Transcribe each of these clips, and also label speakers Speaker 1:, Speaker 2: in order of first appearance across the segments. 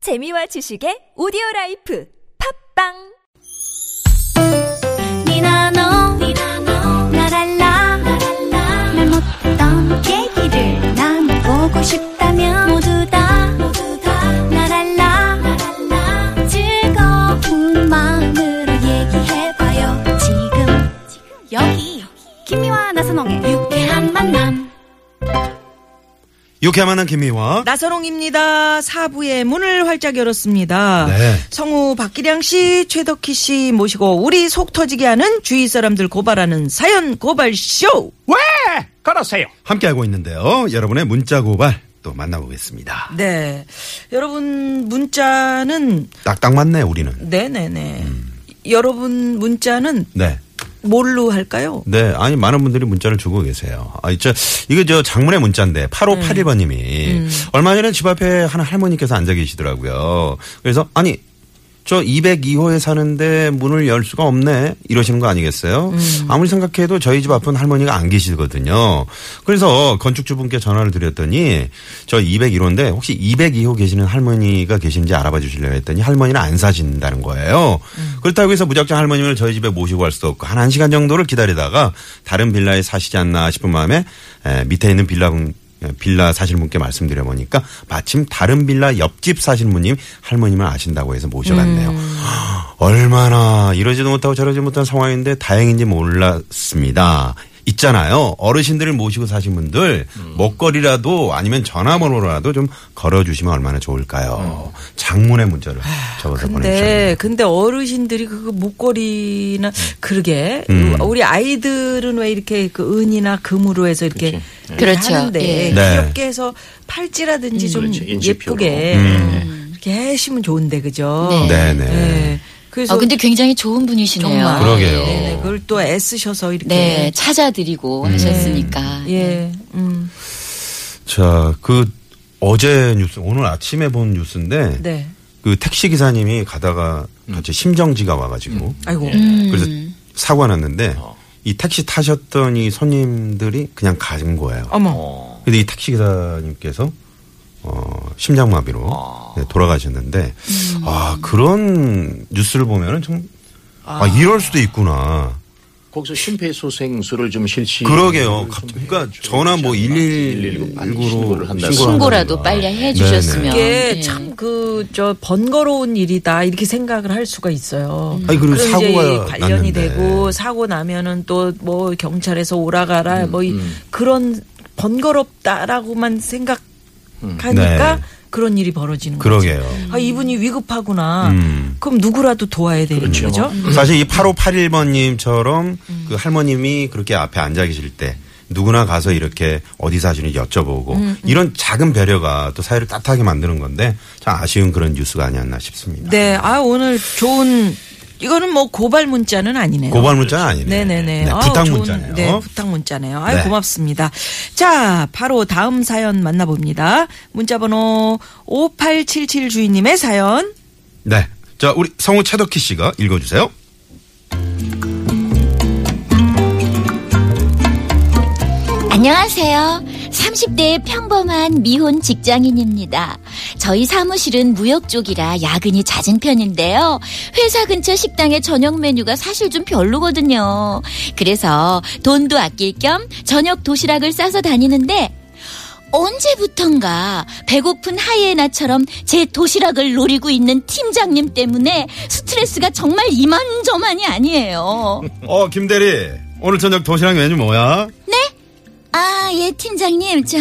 Speaker 1: 재미와 지식의 오디오 라이프 팝빵
Speaker 2: 니나노 나랄라 말 못했던 얘기를 나눠보고 싶다면 모두 다 나랄라 즐거운 마음으로 얘기해봐요 지금 여기 김미와 나선홍의 유쾌한 만남
Speaker 3: 유쾌한 만한 김미화.
Speaker 4: 나선홍입니다. 사부의 문을 활짝 열었습니다.
Speaker 3: 네.
Speaker 4: 성우 박기량 씨, 최덕희 씨 모시고 우리 속 터지게 하는 주위 사람들 고발하는 사연 고발 쇼.
Speaker 5: 왜 그러세요?
Speaker 3: 함께 하고 있는데요. 여러분의 문자 고발 또 만나보겠습니다.
Speaker 4: 네. 여러분 문자는
Speaker 3: 딱딱 맞네, 우리는.
Speaker 4: 네네네. 여러분 문자는
Speaker 3: 네.
Speaker 4: 뭘로 할까요?
Speaker 3: 네. 아니, 많은 분들이 문자를 주고 계세요. 아, 진짜, 이게 저 장문의 문자인데, 8581번님이. 얼마 전에 집 앞에 한 할머니께서 앉아 계시더라고요. 그래서, 아니, 저 202호에 사는데 문을 열 수가 없네 이러시는 거 아니겠어요? 아무리 생각해도 저희 집 앞은 할머니가 안 계시거든요. 그래서 건축주분께 전화를 드렸더니 저 201호인데 혹시 202호 계시는 할머니가 계신지 알아봐 주시려고 했더니 할머니는 안 사신다는 거예요. 그렇다고 해서 무작정 할머니를 저희 집에 모시고 갈 수도 없고 한 1시간 정도를 기다리다가 다른 빌라에 사시지 않나 싶은 마음에 에, 밑에 있는 빌라분 예, 빌라 사실 분께 말씀드려 보니까 마침 다른 빌라 옆집 사실 분님 할머님을 아신다고 해서 모셔갔네요.
Speaker 4: 음.
Speaker 3: 얼마나 이러지도 못하고 저러지 못한 상황인데 다행인지 몰랐습니다. 있잖아요. 어르신들을 모시고 사신 분들 먹거리라도 아니면 전화번호라도 좀 걸어주시면 얼마나 좋을까요. 장문의 문자를 적어서 보내주셨네요. 음.
Speaker 4: 근데 근데 어르신들이 그 목걸이나 그러게 우리 아이들은 왜 이렇게 그 은이나 금으로 해서 이렇게
Speaker 6: 그렇죠.
Speaker 4: 하는데
Speaker 6: 예.
Speaker 3: 네.
Speaker 4: 귀엽게 해서 팔찌라든지 좀
Speaker 5: 그렇죠. 인쇄표로.
Speaker 4: 예쁘게
Speaker 3: 음.
Speaker 4: 이렇게 하시면 좋은데 그죠?
Speaker 6: 네.
Speaker 3: 네네.
Speaker 4: 예. 그래서
Speaker 6: 아, 근데 굉장히 좋은 분이시네요.
Speaker 4: 정말 예,
Speaker 3: 그러게요.
Speaker 4: 네네. 그걸 또 애쓰셔서 이렇게
Speaker 6: 네, 찾아드리고 하셨으니까.
Speaker 4: 예. 음.
Speaker 3: 자, 그 어제 뉴스, 오늘 아침에 본 뉴스인데
Speaker 4: 네.
Speaker 3: 그 택시 기사님이 가다가 갑자기
Speaker 5: 음.
Speaker 3: 심정지가 와가지고
Speaker 4: 아이고.
Speaker 3: 그래서
Speaker 6: 음.
Speaker 3: 사고가 났는데
Speaker 5: 어.
Speaker 3: 이 택시 타셨던 이 손님들이 그냥 가신 거예요.
Speaker 4: 어머.
Speaker 3: 근데 이 택시 기사님께서 어 심장마비로
Speaker 5: 아.
Speaker 3: 네, 돌아가셨는데
Speaker 6: 음.
Speaker 3: 아 그런 뉴스를 보면은 좀아 이럴 수도 있구나.
Speaker 5: 거기서 심폐소생술을 좀 실시. 음.
Speaker 3: 그러게요. 갑- 그러니까 전화 뭐 119로
Speaker 5: 그렇죠. 신고를 한다.
Speaker 6: 신고라도
Speaker 3: 네,
Speaker 6: 빨리
Speaker 5: 아,
Speaker 6: 해주셨으면.
Speaker 4: 이게
Speaker 6: 예.
Speaker 4: 참 그 저 번거로운 일이다 이렇게 생각을 할 수가 있어요.
Speaker 5: 음.
Speaker 3: 아니, 그리고
Speaker 4: 그럼 이제
Speaker 3: 사고가
Speaker 4: 관련이
Speaker 3: 났는데.
Speaker 4: 되고 사고 나면은 또 뭐 경찰에서
Speaker 5: 음,
Speaker 4: 오라가라 뭐 이 그런 번거롭다라고만 생각하니까
Speaker 3: 네.
Speaker 4: 그런 일이 벌어지는 거죠.
Speaker 3: 그러게요.
Speaker 4: 아 이분이 위급하구나.
Speaker 3: 음.
Speaker 4: 그럼 누구라도 도와야 되는
Speaker 5: 그렇죠.
Speaker 4: 거죠.
Speaker 3: 사실 이 8581번님처럼 그 할머님이 그렇게 앞에 앉아 계실 때 누구나 가서 이렇게 어디 사시는지
Speaker 4: 음,
Speaker 3: 여쭤보고 이런 작은 배려가 또 사회를 따뜻하게 만드는 건데 참 아쉬운 그런 뉴스가 아니었나 싶습니다.
Speaker 4: 네, 아 오늘 좋은 이거는 뭐 고발 문자는 아니네요.
Speaker 3: 고발 문자는 아니네요.
Speaker 4: 네네네.
Speaker 3: 네,
Speaker 4: 아우,
Speaker 3: 부탁
Speaker 4: 좋은-
Speaker 3: 문자네요.
Speaker 4: 네, 부탁 문자네요. 아유,
Speaker 3: 네.
Speaker 4: 고맙습니다. 자, 바로 다음 사연 만나봅니다. 문자번호 5877 주인님의 사연.
Speaker 3: 네. 자, 우리 성우 최덕희 씨가 읽어주세요.
Speaker 7: 안녕하세요. 30대의 평범한 미혼 직장인입니다. 저희 사무실은 무역 쪽이라 야근이 잦은 편인데요. 회사 근처 식당의 저녁 메뉴가 사실 좀 별로거든요. 그래서 돈도 아낄 겸 저녁 도시락을 싸서 다니는데 언제부턴가 배고픈 하이에나처럼 제 도시락을 노리고 있는 팀장님 때문에 스트레스가 정말 이만저만이 아니에요.
Speaker 3: 어, 김대리. 오늘 저녁 도시락 메뉴 뭐야?
Speaker 7: 아, 예, 팀장님. 저,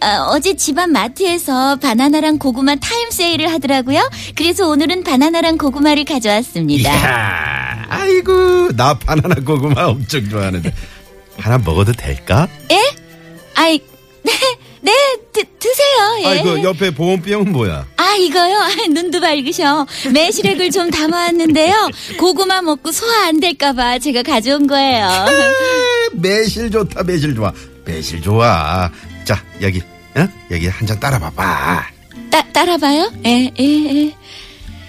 Speaker 7: 아, 어제 집안 마트에서 바나나랑 고구마 타임 세일을 하더라고요. 그래서 오늘은 바나나랑 고구마를
Speaker 3: 예.
Speaker 7: 가져왔습니다.
Speaker 3: 이야, 아이고, 나 바나나 고구마 엄청 좋아하는데. 하나 먹어도 될까?
Speaker 7: 아이, 네, 네, 드, 드세요. 예.
Speaker 3: 아이고, 옆에 보온병은 뭐야?
Speaker 7: 아, 이거요? 아, 눈도 밝으셔. 매실액을 좀 담아왔는데요. 고구마 먹고 소화 안 될까봐 제가 가져온 거예요.
Speaker 3: 매실 좋다 매실 좋아 매실 좋아 자 여기 어? 여기 한 잔 따라 봐봐
Speaker 7: 따, 따라봐요? 예, 예, 예.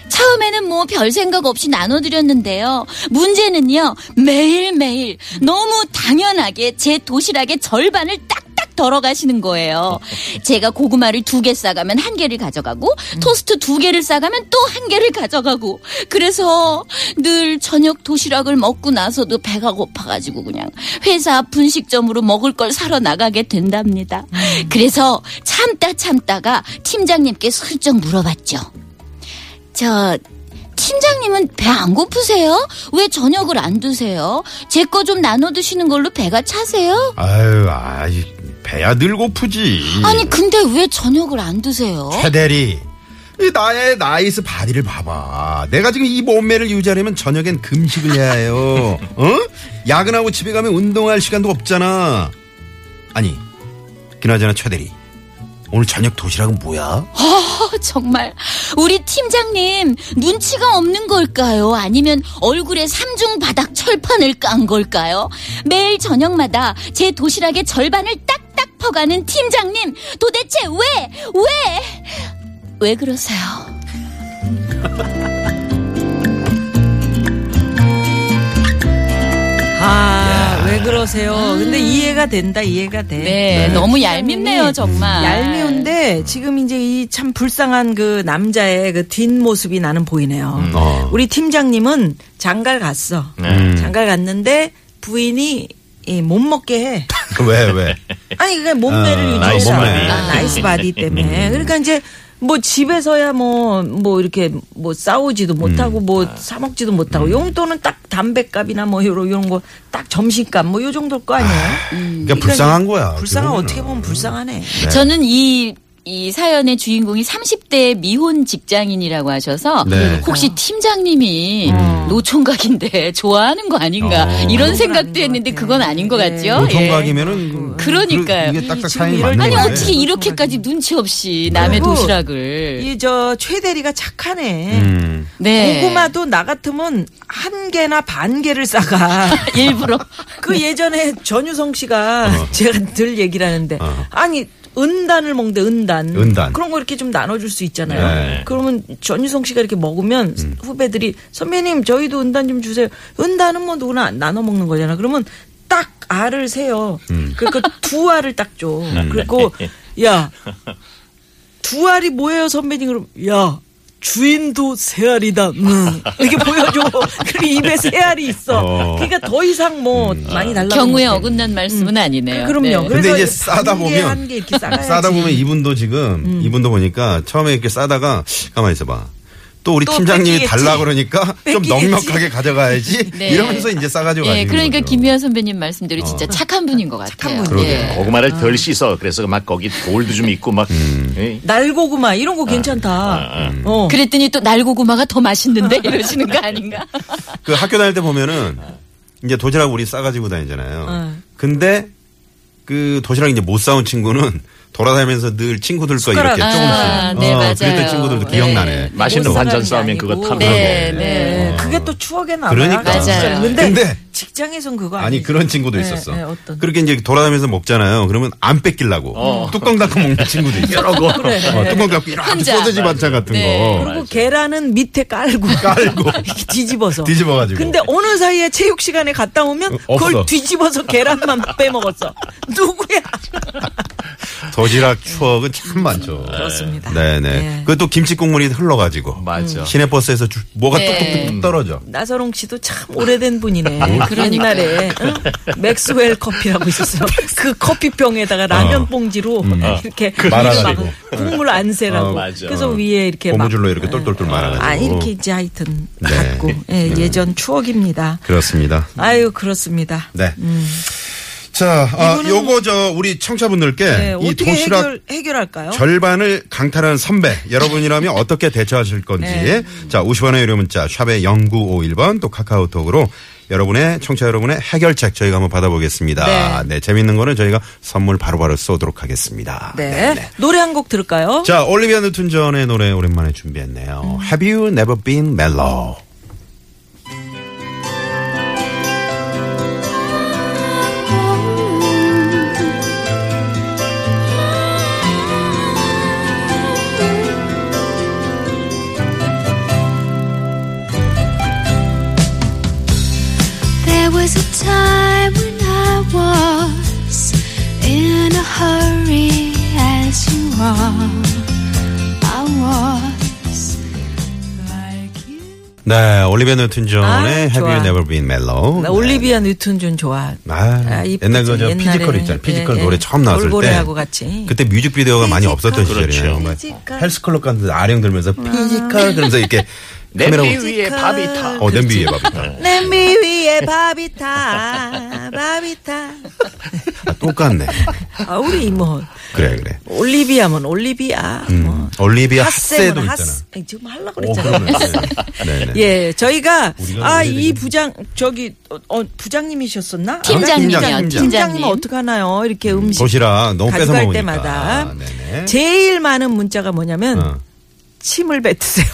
Speaker 7: 처음에는 뭐 별 생각 없이 나눠드렸는데요. 문제는요, 매일매일 너무 당연하게 제 도시락의 절반을 딱딱 덜어가시는 거예요. 제가 고구마를 두 개 싸가면 한 개를 가져가고 토스트 두 개를 싸가면 또 한 개를 가져가고 그래서 늘 저녁 도시락을 먹고 나서도 배가 고파가지고 그냥 회사 분식점으로 먹을 걸 사러 나가게 된답니다. 그래서 참다 참다가 팀장님께 슬쩍 물어봤죠. 저 팀장님은 배 안 고프세요? 왜 저녁을 안 드세요? 제 거 좀 나눠 드시는 걸로 배가 차세요?
Speaker 3: 아유, 아이, 배야 늘
Speaker 6: 음.
Speaker 3: 고프지.
Speaker 7: 아니 근데 왜 저녁을 안 드세요?
Speaker 4: 어?
Speaker 3: 최대리. 이 나의 나이스 바디를 봐봐. 내가 지금 이 몸매를 유지하려면 저녁엔 금식을 해야 해요. 어? 야근하고 집에 가면 운동할 시간도 없잖아. 아니, 그나저나 최대리. 오늘 저녁 도시락은 뭐야?
Speaker 7: 어, 정말 우리 팀장님 눈치가 없는 걸까요? 아니면 얼굴에 삼중 바닥 철판을 깐 걸까요? 매일 저녁마다 제 도시락의 절반을 딱딱 퍼가는 팀장님 도대체 왜 왜, 왜 그러세요?
Speaker 4: 아, 왜 그러세요? 근데 이해가 된다, 이해가 돼.
Speaker 6: 네, 너무 얄밉네요, 정말.
Speaker 4: 얄미운데 지금 이제 이 참 불쌍한 그 남자의 그 뒷모습이 나는 보이네요.
Speaker 3: 어.
Speaker 4: 우리 팀장님은 장가를 갔어.
Speaker 3: 음.
Speaker 4: 장가를 갔는데 부인이 이 못 먹게 해.
Speaker 3: 왜, 왜?
Speaker 4: 아니 그게 몸매를
Speaker 3: 아, 나이스
Speaker 4: 유지해라.
Speaker 3: 바디. 음.
Speaker 4: 아, 나이스 바디 때문에. 그러니까 이제 뭐 집에서야 뭐 뭐 이렇게 뭐
Speaker 3: 음.
Speaker 4: 싸우지도 못하고 뭐 사 먹지도 못하고 용돈은 딱 담배값이나 뭐 요런 요런 거 딱 점심값 뭐 요 정도일 거 아니에요.
Speaker 3: 그러니까 불쌍한 거야.
Speaker 4: 음, 아, 불쌍한
Speaker 3: 그거는.
Speaker 4: 어떻게 보면 불쌍하네.
Speaker 3: 음.
Speaker 6: 저는 이, 이 사연의 주인공이 30대 미혼 직장인이라고 하셔서
Speaker 3: 네. 음.
Speaker 6: 혹시
Speaker 4: 어.
Speaker 6: 팀장님이 노총각인데 좋아하는 거 아닌가
Speaker 3: 어.
Speaker 6: 이런 생각도 했는데 그건 아닌 것 같죠? 예.
Speaker 3: 노총각이면은
Speaker 6: 그러니까요.
Speaker 3: 이게 딱딱
Speaker 4: 지금
Speaker 3: 타임이
Speaker 4: 이럴
Speaker 3: 맞는
Speaker 6: 아니
Speaker 4: 네.
Speaker 3: 건데. 네.
Speaker 6: 어떻게 이렇게까지 눈치 없이 남의
Speaker 4: 그리고
Speaker 6: 도시락을
Speaker 4: 이 저 최 대리가 착하네.
Speaker 3: 음.
Speaker 6: 네.
Speaker 4: 고구마도 나 같으면 한 개나 반 개를 싸가.
Speaker 6: 일부러
Speaker 4: 그 예전에 전유성 씨가 제가 늘 얘기를 하는데
Speaker 3: 어.
Speaker 4: 아니 은단을 먹는데 은단.
Speaker 3: 은단.
Speaker 4: 그런 거 이렇게 좀 나눠줄 수 있잖아요.
Speaker 3: 네.
Speaker 4: 그러면 전유성 씨가 이렇게 먹으면 후배들이 선배님 저희도 은단 좀 주세요. 은단은 뭐 누구나 나눠 먹는 거잖아. 그러면 딱 알을 세요. 그러니까 두 알을 딱 줘. 그리고 야 두 알이 뭐예요 선배님 그럼 야 주인도 세 알이다 음. 이렇게 보여줘 그리고 입에 세 알이 있어
Speaker 3: 어.
Speaker 4: 그러니까 더 이상 뭐 많이 달라
Speaker 6: 경우에 어긋난 말씀은 아니네요.
Speaker 4: 음. 그럼요
Speaker 6: 네.
Speaker 3: 음, 아. 근데
Speaker 4: 그래서
Speaker 3: 이제 싸다
Speaker 4: 한 개,
Speaker 3: 보면
Speaker 4: 한개 이렇게 싸가야지.
Speaker 3: 싸다 보면 이분도 지금 이분도 보니까 처음에 이렇게 싸다가 가만히 있어봐. 또 우리
Speaker 4: 또
Speaker 3: 팀장님이
Speaker 4: 뺏기겠지.
Speaker 3: 달라 그러니까 좀
Speaker 4: 뺏기겠지.
Speaker 3: 넉넉하게 가져가야지
Speaker 6: 네.
Speaker 3: 이러면서 이제 싸가지고
Speaker 6: 예,
Speaker 3: 가시는
Speaker 6: 그러니까
Speaker 3: 거죠. 어.
Speaker 6: 김미아 선배님 말씀대로 진짜 착한 분인 것 같아요.
Speaker 4: 분이에요.
Speaker 6: 예.
Speaker 5: 고구마를 덜 씻어. 그래서 막 거기 돌도 좀 있고 막.
Speaker 3: 음.
Speaker 5: 예? 에이.
Speaker 4: 날고구마 이런
Speaker 3: 아,
Speaker 4: 거 괜찮다 어.
Speaker 6: 그랬더니 또 날고구마가 더 맛있는데 이러시는 거 아닌가?
Speaker 3: 그 학교 다닐 때 보면은 이제 도시락 우리 싸가지고 다니잖아요.
Speaker 6: 어.
Speaker 3: 근데 그 도시락 이제 못 싸운 친구는 돌아다니면서 늘 친구들과 이렇게
Speaker 4: 숟가락.
Speaker 3: 조금씩 어,
Speaker 6: 아, 네, 맞아요.
Speaker 3: 그랬던 친구들도 기억나네.
Speaker 6: 네.
Speaker 5: 맛있는
Speaker 4: 못 사가는
Speaker 5: 반찬 싸우면
Speaker 4: 게
Speaker 5: 그거
Speaker 4: 아니고.
Speaker 5: 탐나고.
Speaker 6: 네, 네.
Speaker 4: 네, 그게 또 추억에 남아
Speaker 3: 그러니까.
Speaker 6: 맞아요.
Speaker 4: 근데,
Speaker 3: 근데
Speaker 4: 직장에선 그거 아니지
Speaker 3: 아니 그런 친구도
Speaker 4: 네,
Speaker 3: 있었어.
Speaker 4: 네, 어떤.
Speaker 3: 그렇게 이제 돌아다니면서 먹잖아요. 그러면 안 뺏기려고 뚜껑 닫고 먹는 친구도 있어.
Speaker 5: 어. 여러 거.
Speaker 3: 어, 뚜껑 닫고 이렇게
Speaker 6: 혼자.
Speaker 3: 소세지 반찬 같은
Speaker 6: 네.
Speaker 3: 거
Speaker 4: 그리고 계란은 밑에 깔고
Speaker 3: 뭐. 깔고
Speaker 4: 이렇게 뒤집어서
Speaker 3: 뒤집어가지고.
Speaker 4: 근데 어느 사이에 체육 시간에 갔다 오면
Speaker 3: 없어.
Speaker 4: 그걸 뒤집어서 계란만 빼먹었어. 누구야?
Speaker 3: 도시락 추억은 참 많죠.
Speaker 4: 음, 그렇습니다.
Speaker 3: 네네.
Speaker 4: 네.
Speaker 3: 그또 김치 국물이 흘러가지고.
Speaker 5: 맞아.
Speaker 3: 시내버스에서 주- 뭐가
Speaker 4: 예.
Speaker 6: 네.
Speaker 3: 뚝뚝뚝
Speaker 4: 음.
Speaker 3: 떨어져.
Speaker 4: 나서롱 씨도 참 오래된 분이네.
Speaker 3: 아,
Speaker 6: 그러니까요.
Speaker 4: 옛날에 응? 맥스웰 커피라고 있었어요. 그 커피병에다가
Speaker 3: 어.
Speaker 4: 라면 봉지로 이렇게
Speaker 3: 음. 그 말아가지고.
Speaker 4: 막 국물 안 세라고.
Speaker 3: 어,
Speaker 5: 맞아.
Speaker 4: 그래서 위에 이렇게 막
Speaker 3: 고무줄로 이렇게 똘똘똘 말아가지고.
Speaker 4: 아, 이렇게 이제 하여튼
Speaker 3: 네.
Speaker 4: 갖고 예, 예전 추억입니다.
Speaker 3: 그렇습니다.
Speaker 4: 아유 그렇습니다.
Speaker 3: 네.
Speaker 4: 음.
Speaker 3: 자, 아, 요거 저 우리 청자분들께
Speaker 4: 네,
Speaker 3: 이
Speaker 4: 어떻게
Speaker 3: 도시락
Speaker 4: 해결, 해결할까요?
Speaker 3: 절반을 강탈한 선배 여러분이라면 어떻게 대처하실 건지
Speaker 4: 네.
Speaker 3: 자 50원의 유료 문자 샵의 0951번 또 카카오톡으로 여러분의 청취자 여러분의 해결책 저희가 한번 받아보겠습니다. 네, 재밌는 거는 저희가 선물 바로바로 쏘도록 하겠습니다.
Speaker 4: 네. 노래 한 곡 들을까요?
Speaker 3: 자 올리비아 뉴튼 전의 노래 오랜만에 준비했네요.
Speaker 4: 음.
Speaker 3: Have you never been mellow?
Speaker 2: There was a time when I was in a hurry.
Speaker 3: 네, 올리비아 뉴튼
Speaker 4: 아,
Speaker 3: 존의 Have
Speaker 4: 좋아.
Speaker 3: You Never Been Mellow. 네.
Speaker 4: 나 올리비아 뉴튼 존 좋아.
Speaker 3: 아,
Speaker 4: 이쁘지.
Speaker 3: 옛날 그저
Speaker 4: 옛날에는.
Speaker 3: 피지컬 있잖아요. 피지컬
Speaker 4: 예,
Speaker 3: 노래
Speaker 4: 예.
Speaker 3: 처음 나왔을
Speaker 4: 돌고래하고
Speaker 3: 때.
Speaker 4: 같이.
Speaker 3: 그때 뮤직비디오가 많이
Speaker 4: 피지컬.
Speaker 3: 없었던
Speaker 5: 그렇죠.
Speaker 3: 시절이에요. 막
Speaker 4: 피지컬.
Speaker 3: 헬스클럽 갔는데 아령 들면서 피지컬 그러면서 이렇게 카메라
Speaker 5: 냄비 위에 그렇죠. 밥이 타.
Speaker 3: 어, 냄비 위에 밥 있다.
Speaker 4: 냄비 위에
Speaker 3: 네.
Speaker 4: 밥이 타, 밥이 타.
Speaker 3: 아, 똑같네.
Speaker 4: 아, 우리 뭐
Speaker 3: 그래, 그래.
Speaker 4: 올리비아면 올리비아. 뭐.
Speaker 3: 음. 올리비아
Speaker 4: 핫세면
Speaker 3: 핫세도 있잖아.
Speaker 4: 핫세. 아니, 지금 하려고
Speaker 3: 오,
Speaker 4: 그랬잖아.
Speaker 3: 그러네. 네, 네.
Speaker 4: 예, 저희가
Speaker 3: 우리가
Speaker 4: 아
Speaker 3: 노래를
Speaker 4: 이
Speaker 3: 지금-
Speaker 4: 부장 저기 어, 어, 부장님이셨었나? 아,
Speaker 6: 팀장님이요,
Speaker 3: 팀장님.
Speaker 6: 팀장님.
Speaker 4: 팀장님은 어떡 하나요? 이렇게 음식
Speaker 3: 도시락 너무 뺏어
Speaker 4: 가져갈
Speaker 3: 먹으니까.
Speaker 4: 때마다
Speaker 3: 아, 네네.
Speaker 4: 제일 많은 문자가 뭐냐면
Speaker 3: 어.
Speaker 4: 침을 뱉으세요.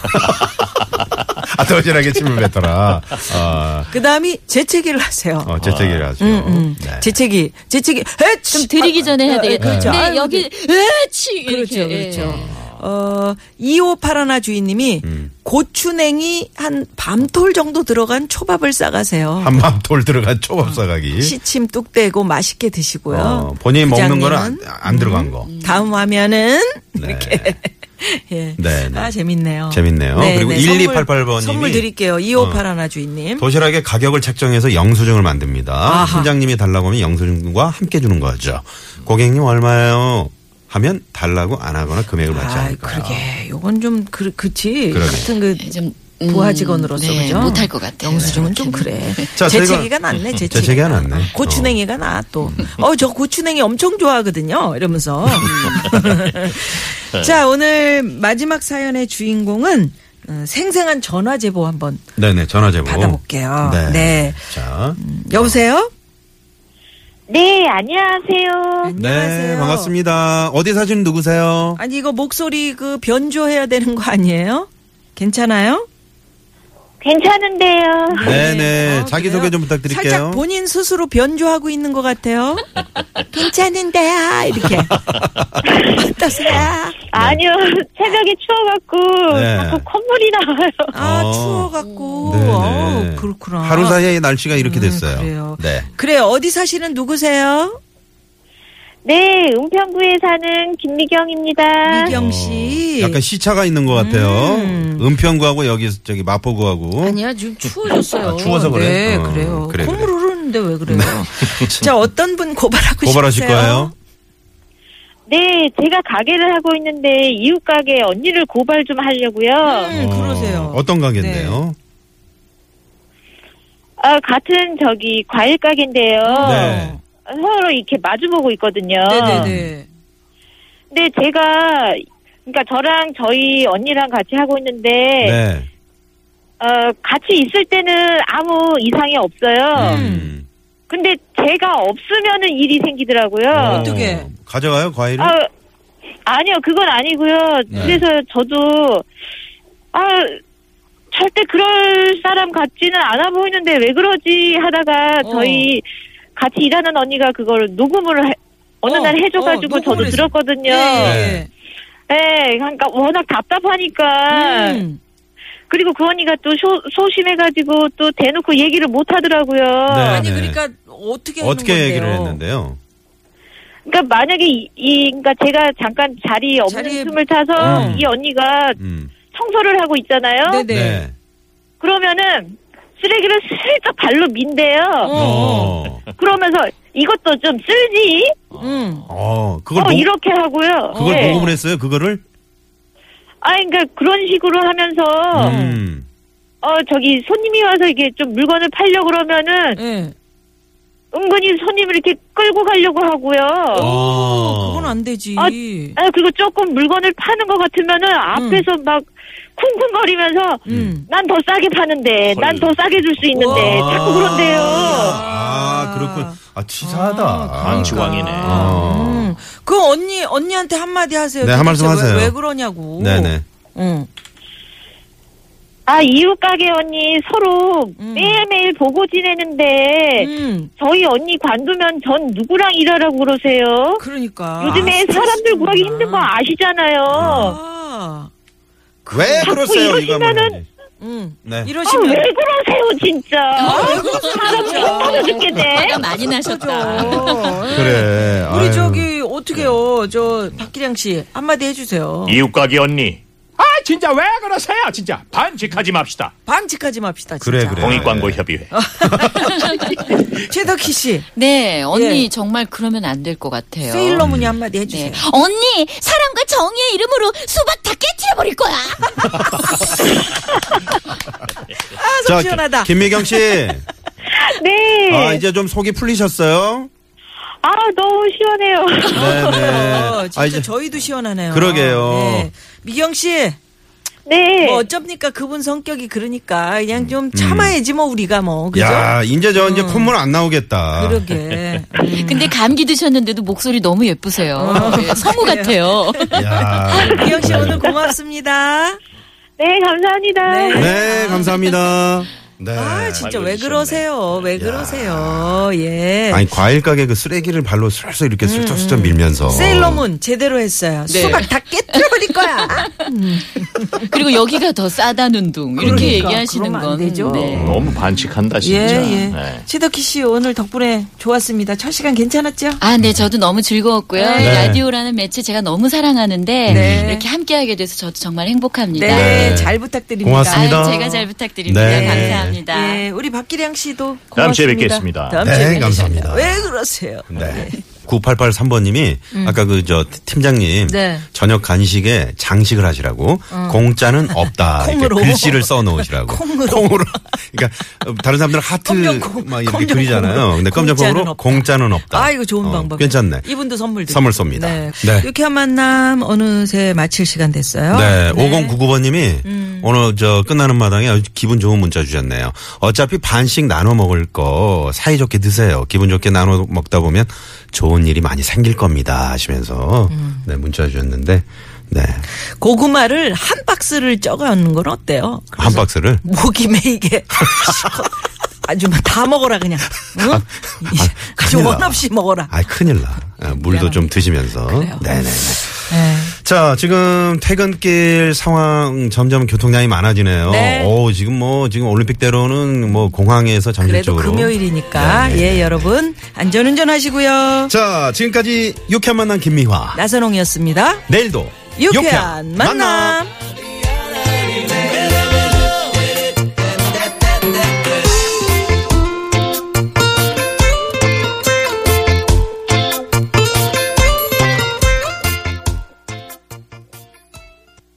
Speaker 3: 아, 도시락에 침을 뱉어라. 아,
Speaker 4: 그다음이 재채기를 하세요. 음,
Speaker 3: 어, 재채기를
Speaker 4: 아.
Speaker 3: 하죠. 네.
Speaker 4: 재채기, 재채기,
Speaker 6: 좀
Speaker 4: 헤치.
Speaker 6: 드리기 전에 해야 되겠다.
Speaker 4: 그렇죠.
Speaker 6: 근데
Speaker 4: 아유,
Speaker 6: 여기 으치 이렇게
Speaker 4: 그렇죠,
Speaker 6: 예.
Speaker 4: 그렇죠. 어, 2581 주인님이
Speaker 3: 음.
Speaker 4: 고추냉이 한 밤톨 정도 들어간 초밥을 싸가세요.
Speaker 3: 한밤 돌 들어간 초밥 싸가기.
Speaker 4: 시침 뚝 떼고 맛있게 드시고요.
Speaker 3: 예? 어, 본인이 먹는 거는 안,
Speaker 4: 부장님은
Speaker 3: 안 들어간 거.
Speaker 4: 다음 화면은
Speaker 3: 네.
Speaker 4: 예.
Speaker 3: 네, 네.
Speaker 4: 아 재밌네요.
Speaker 3: 재밌네요. 그리고 1288 번님이 어,
Speaker 4: 선물 드릴게요. 2581 주인님.
Speaker 3: 도시락의 가격을 책정해서 영수증을 만듭니다.
Speaker 4: 아하.
Speaker 3: 팀장님이 달라고 하면 영수증과 함께 주는 거죠. 고객님 얼마요? 하면 달라고 안 하거나 금액을 받지
Speaker 4: 아,
Speaker 3: 않을까요?
Speaker 4: 그러게. 요건 좀 그, 그치.
Speaker 3: 그러네.
Speaker 4: 같은 그
Speaker 6: 좀 음,
Speaker 4: 부하 직원으로서
Speaker 6: 네,
Speaker 4: 그죠?
Speaker 6: 못할 것 같아요.
Speaker 4: 영수증은 좀 그래.
Speaker 3: 자,
Speaker 4: 재채기가
Speaker 3: 저희가-
Speaker 4: 낫네. 재채기가, 어,
Speaker 3: 재채기가 낫네. 음.
Speaker 4: 고추냉이가 나 또. 어, 저 고추냉이 엄청 좋아하거든요. 이러면서. 자, 오늘 마지막 사연의 주인공은 어, 생생한 전화 제보 한번
Speaker 3: 네네, 전화 제보.
Speaker 4: 받아볼게요.
Speaker 3: 네.
Speaker 4: 네.
Speaker 3: 자.
Speaker 4: 여보세요?
Speaker 8: 네, 안녕하세요.
Speaker 3: 네,
Speaker 4: 안녕하세요.
Speaker 3: 반갑습니다. 어디 사시는 누구세요?
Speaker 4: 아니 이거 목소리 그 변조해야 되는 거 아니에요? 괜찮아요?
Speaker 8: 괜찮은데요.
Speaker 3: 네네.
Speaker 4: 아,
Speaker 3: 자기소개
Speaker 4: 그래요?
Speaker 3: 좀 부탁드릴게요.
Speaker 4: 살짝 본인 스스로 변조하고 있는 것 같아요. 괜찮은데요 이렇게. 어떠세요?
Speaker 8: 아니요, 새벽에 추워갖고
Speaker 3: 네.
Speaker 8: 자꾸 콧물이 나와요.
Speaker 4: 아
Speaker 3: 어.
Speaker 4: 추워갖고.
Speaker 3: 네네.
Speaker 4: 어우, 그렇구나.
Speaker 3: 하루 사이에 날씨가 이렇게
Speaker 4: 음,
Speaker 3: 됐어요.
Speaker 4: 그래요.
Speaker 3: 네.
Speaker 4: 그래요. 어디 사시는 누구세요?
Speaker 8: 네, 은평구에 사는 김미경입니다.
Speaker 4: 미경 씨. 음.
Speaker 3: 어, 약간 시차가 있는 것 같아요. 은평구하고 여기 저기 마포구하고.
Speaker 4: 아니야 지금 추워졌어요.
Speaker 3: 아, 추워서 그래요?
Speaker 4: 네,
Speaker 3: 어,
Speaker 4: 그래요.
Speaker 3: 그래,
Speaker 4: 콧물
Speaker 3: 그래.
Speaker 4: 흐르는데 왜 그래요? 자 어떤 분 고발하고
Speaker 3: 고발하실
Speaker 4: 싶으세요?
Speaker 3: 거예요?
Speaker 8: 네, 제가 가게를 하고 있는데 이웃 가게 언니를 고발 좀 하려고요.
Speaker 4: 음, 그러세요.
Speaker 3: 어떤 가게인데요?
Speaker 8: 아, 같은 저기 과일 가게인데요.
Speaker 4: 어.
Speaker 3: 네.
Speaker 8: 서로 이렇게 마주보고 있거든요.
Speaker 4: 네네네.
Speaker 8: 근데 제가 그러니까 저랑 저희 언니랑 같이 하고 있는데
Speaker 3: 네.
Speaker 8: 어, 같이 있을 때는 아무 이상이 없어요.
Speaker 3: 음.
Speaker 8: 근데 제가 없으면은 일이 생기더라고요.
Speaker 4: 어떻게? 어,
Speaker 3: 가져가요 과일을?
Speaker 8: 아, 아니요, 그건 아니고요.
Speaker 3: 네.
Speaker 8: 그래서 저도 아 절대 그럴 사람 같지는 않아 보이는데 왜 그러지 하다가
Speaker 4: 어.
Speaker 8: 저희 같이 일하는 언니가 그걸 녹음을 해- 어느
Speaker 4: 어,
Speaker 8: 날 해줘가지고
Speaker 4: 어, 녹음을
Speaker 8: 저도
Speaker 4: 했어.
Speaker 8: 들었거든요.
Speaker 3: 네.
Speaker 8: 네. 그러니까 워낙 답답하니까
Speaker 4: 음.
Speaker 8: 그리고 그 언니가 또 소, 소심해가지고 또 대놓고 얘기를 못 하더라고요.
Speaker 3: 네.
Speaker 4: 아니
Speaker 3: 네.
Speaker 4: 그러니까 어떻게 하는
Speaker 3: 어떻게
Speaker 4: 건데요?
Speaker 3: 얘기를 했는데요?
Speaker 8: 그러니까 만약에 이, 이- 그러니까 제가 잠깐 자리 없는
Speaker 4: 자리에-
Speaker 8: 틈을 타서
Speaker 3: 음.
Speaker 8: 이 언니가
Speaker 3: 음.
Speaker 8: 청소를 하고 있잖아요.
Speaker 4: 네네.
Speaker 8: 그러면은 쓰레기를 슬쩍 발로 민대요.
Speaker 4: 음.
Speaker 3: 어.
Speaker 8: 그러면서 이것도 좀 쓸지.
Speaker 4: 음.
Speaker 3: 어. 그걸
Speaker 8: 어
Speaker 3: 녹-
Speaker 8: 이렇게 하고요. 네.
Speaker 3: 그걸
Speaker 4: 네.
Speaker 3: 뭐- 녹음을 했어요. 그거를.
Speaker 8: 아 그러니까 그런 식으로 하면서
Speaker 3: 음.
Speaker 8: 어 저기 손님이 와서 이게 좀 물건을 팔려 그러면은
Speaker 4: 예.
Speaker 8: 은근히 손님을 이렇게 끌고 가려고 하고요.
Speaker 3: 어.
Speaker 4: 그건 안 되지.
Speaker 8: 아, 아, 그리고 조금 물건을 파는 것 같으면은 앞에서 막 쿵쿵거리면서
Speaker 4: 음.
Speaker 8: 난 더 싸게 파는데, 난 더 싸게 줄 수
Speaker 4: 네,
Speaker 8: 있는데,
Speaker 3: 와.
Speaker 8: 자꾸 그런데요.
Speaker 3: 아, 그렇군. 아, 치사하다.
Speaker 5: 강지왕이네.
Speaker 3: 어.
Speaker 4: 음. 그 언니 언니한테 한마디 하세요.
Speaker 3: 네, 한 말씀
Speaker 4: 도대체 왜-
Speaker 3: 하세요.
Speaker 4: 왜 그러냐고.
Speaker 3: 네네.
Speaker 4: 응.
Speaker 8: 아, 이웃 가게 언니 서로 매일매일 보고 지내는데,
Speaker 4: 음.
Speaker 8: 저희 언니 관두면 전 누구랑 일하라고 그러세요?
Speaker 4: 그러니까.
Speaker 8: 요즘에
Speaker 4: 아,
Speaker 8: 사람들 구하기
Speaker 4: 그렇구나.
Speaker 8: 힘든 거 아시잖아요.
Speaker 4: 아.
Speaker 3: 왜
Speaker 8: 자꾸
Speaker 3: 그러세요? 이거
Speaker 8: 이러시면은
Speaker 3: 한번 해야지.
Speaker 4: 음.
Speaker 3: 네.
Speaker 4: 이러시면
Speaker 8: 아, 왜 그러세요
Speaker 4: 아,
Speaker 8: 진짜? 아, 사람
Speaker 4: 진짜.
Speaker 8: 속 죽겠네.
Speaker 6: 화가
Speaker 4: 아,
Speaker 6: 많이 나셨다.
Speaker 3: 그래. 아유.
Speaker 4: 우리
Speaker 3: 네.
Speaker 4: 저기 어떻게요? 저 박기량 씨 한마디 해주세요.
Speaker 3: 예.
Speaker 5: 이웃 가게 언니. 아 진짜 왜 그러세요? 진짜 반칙하지 맙시다.
Speaker 4: 반칙하지 맙시다. 진짜.
Speaker 3: 그래, 그래.
Speaker 5: 공익 광고 협의회.
Speaker 4: 최덕희 씨
Speaker 6: 네, 언니
Speaker 4: 예.
Speaker 6: 정말 그러면 안 될 것
Speaker 7: 네.
Speaker 6: 같아요.
Speaker 4: 세일러문이 한마디 해주세요.
Speaker 6: 네.
Speaker 7: 언니 사랑과 정의의 이름으로 수박 다 깨트려 버릴 거야.
Speaker 4: 아, 속 시원하다.
Speaker 3: 김미경 씨.
Speaker 8: 네.
Speaker 3: 아, 이제 좀 속이 풀리셨어요?
Speaker 8: 아 너무 시원해요.
Speaker 3: 네,
Speaker 4: 어,
Speaker 3: 네.
Speaker 4: 진짜
Speaker 3: 아, 이제
Speaker 4: 저희도 시원하네요.
Speaker 3: 그러게요.
Speaker 4: 미경 씨,
Speaker 8: 네.
Speaker 4: 뭐 어쩝니까 그분 성격이 그러니까 그냥 좀 참아야지 뭐 우리가 뭐 그죠?
Speaker 3: 음.
Speaker 4: 음.
Speaker 3: 야, 이제 저 이제 콧물 안 나오겠다.
Speaker 4: 그러게. 음. 어.
Speaker 6: 근데 감기 드셨는데도 목소리 너무 예쁘세요. 예, 성우 같아요.
Speaker 3: 야.
Speaker 4: 미경 씨 오늘 고맙습니다.
Speaker 8: 네 감사합니다.
Speaker 4: 네.
Speaker 3: 네, 감사합니다. 네.
Speaker 4: 아 진짜 왜
Speaker 5: 말도 주셨네.
Speaker 4: 그러세요? 왜 그러세요? 예.
Speaker 3: 아니 과일 가게 그 쓰레기를 발로 슬슬 이렇게 슬쩍슬쩍 밀면서
Speaker 4: 음, 세일러문 제대로 했어요.
Speaker 6: 네.
Speaker 4: 수박 다 깨뜨려 버릴 거야.
Speaker 6: 그리고 여기가 더 싸다는 둥 이렇게
Speaker 4: 그러니까,
Speaker 6: 얘기하시는
Speaker 4: 그러면 안
Speaker 6: 건
Speaker 4: 되죠.
Speaker 6: 네.
Speaker 5: 너무 반칙한다
Speaker 4: 예,
Speaker 5: 진짜.
Speaker 4: 예.
Speaker 5: 네.
Speaker 4: 최덕희 씨 오늘 덕분에 좋았습니다. 첫 시간 괜찮았죠?
Speaker 6: 아, 네, 저도 너무 즐거웠고요. 이
Speaker 3: 네.
Speaker 6: 라디오라는 매체 제가 너무 사랑하는데
Speaker 4: 네.
Speaker 6: 이렇게 함께하게 돼서 저도 정말 행복합니다.
Speaker 4: 네,
Speaker 3: 네.
Speaker 4: 잘 부탁드립니다.
Speaker 3: 고맙습니다.
Speaker 6: 아유, 제가 잘 부탁드립니다.
Speaker 3: 네.
Speaker 6: 감사합니다.
Speaker 4: 예, 우리 박기량 씨도 고맙습니다.
Speaker 5: 다음 주에 뵙겠습니다.
Speaker 4: 다음 주에
Speaker 3: 네,
Speaker 4: 뵙겠습니다.
Speaker 3: 감사합니다.
Speaker 4: 왜 그러세요?
Speaker 3: 네. 9883번님이 아까 그 저 팀장님
Speaker 4: 음. 네. 어.
Speaker 3: 저녁 간식에 장식을 하시라고 공짜는 없다 이렇게
Speaker 4: 콩으로.
Speaker 3: 글씨를 써 놓으시라고
Speaker 4: 콩으로.
Speaker 3: 그러니까 어, 다른 사람들은 하트
Speaker 4: 검정콩,
Speaker 3: 막 이렇게
Speaker 4: 검정콩으로.
Speaker 3: 그리잖아요. 근데 검정콩으로
Speaker 4: 공짜는 없다.
Speaker 3: 공짜는 없다.
Speaker 4: 아, 이거 좋은
Speaker 3: 어,
Speaker 4: 방법.
Speaker 3: 괜찮네.
Speaker 4: 이분도 선물 드립니다.
Speaker 3: 선물 쏩니다.
Speaker 4: 네.
Speaker 3: 네.
Speaker 4: 유쾌한 만남 어느새 마칠 시간 됐어요.
Speaker 3: 네, 5099번님이
Speaker 4: 음.
Speaker 3: 오늘 저 끝나는 마당에 아주 기분 좋은 문자 주셨네요. 어차피 반씩 나눠 먹을 거 사이좋게 드세요. 기분 좋게 나눠 먹다 보면 좋은 일이 많이 생길 겁니다. 하시면서
Speaker 4: 음.
Speaker 3: 네 문자 주셨는데 네 한
Speaker 4: 고구마를 한 박스를 쪄가는 건 어때요? 음.
Speaker 3: 박스를
Speaker 4: 목이 메이게. 아줌마 다 먹어라 그냥. 응?
Speaker 3: 아, 큰일
Speaker 4: 원
Speaker 3: 나.
Speaker 4: 없이 먹어라.
Speaker 3: 아 큰일 나 아, 물도 좀 드시면서 네네네. 자, 지금 퇴근길 상황 점점 교통량이 많아지네요.
Speaker 4: 네.
Speaker 3: 오, 지금 뭐, 지금 올림픽대로는 뭐 공항에서
Speaker 4: 그래도
Speaker 3: 잠실쪽으로.
Speaker 4: 금요일이니까
Speaker 3: 네, 네,
Speaker 4: 예
Speaker 3: 네.
Speaker 4: 여러분 안전운전 하시고요.
Speaker 3: 자, 지금까지 유쾌한 만남 김미화.
Speaker 4: 나선홍이었습니다.
Speaker 3: 내일도
Speaker 4: 유쾌한 만남.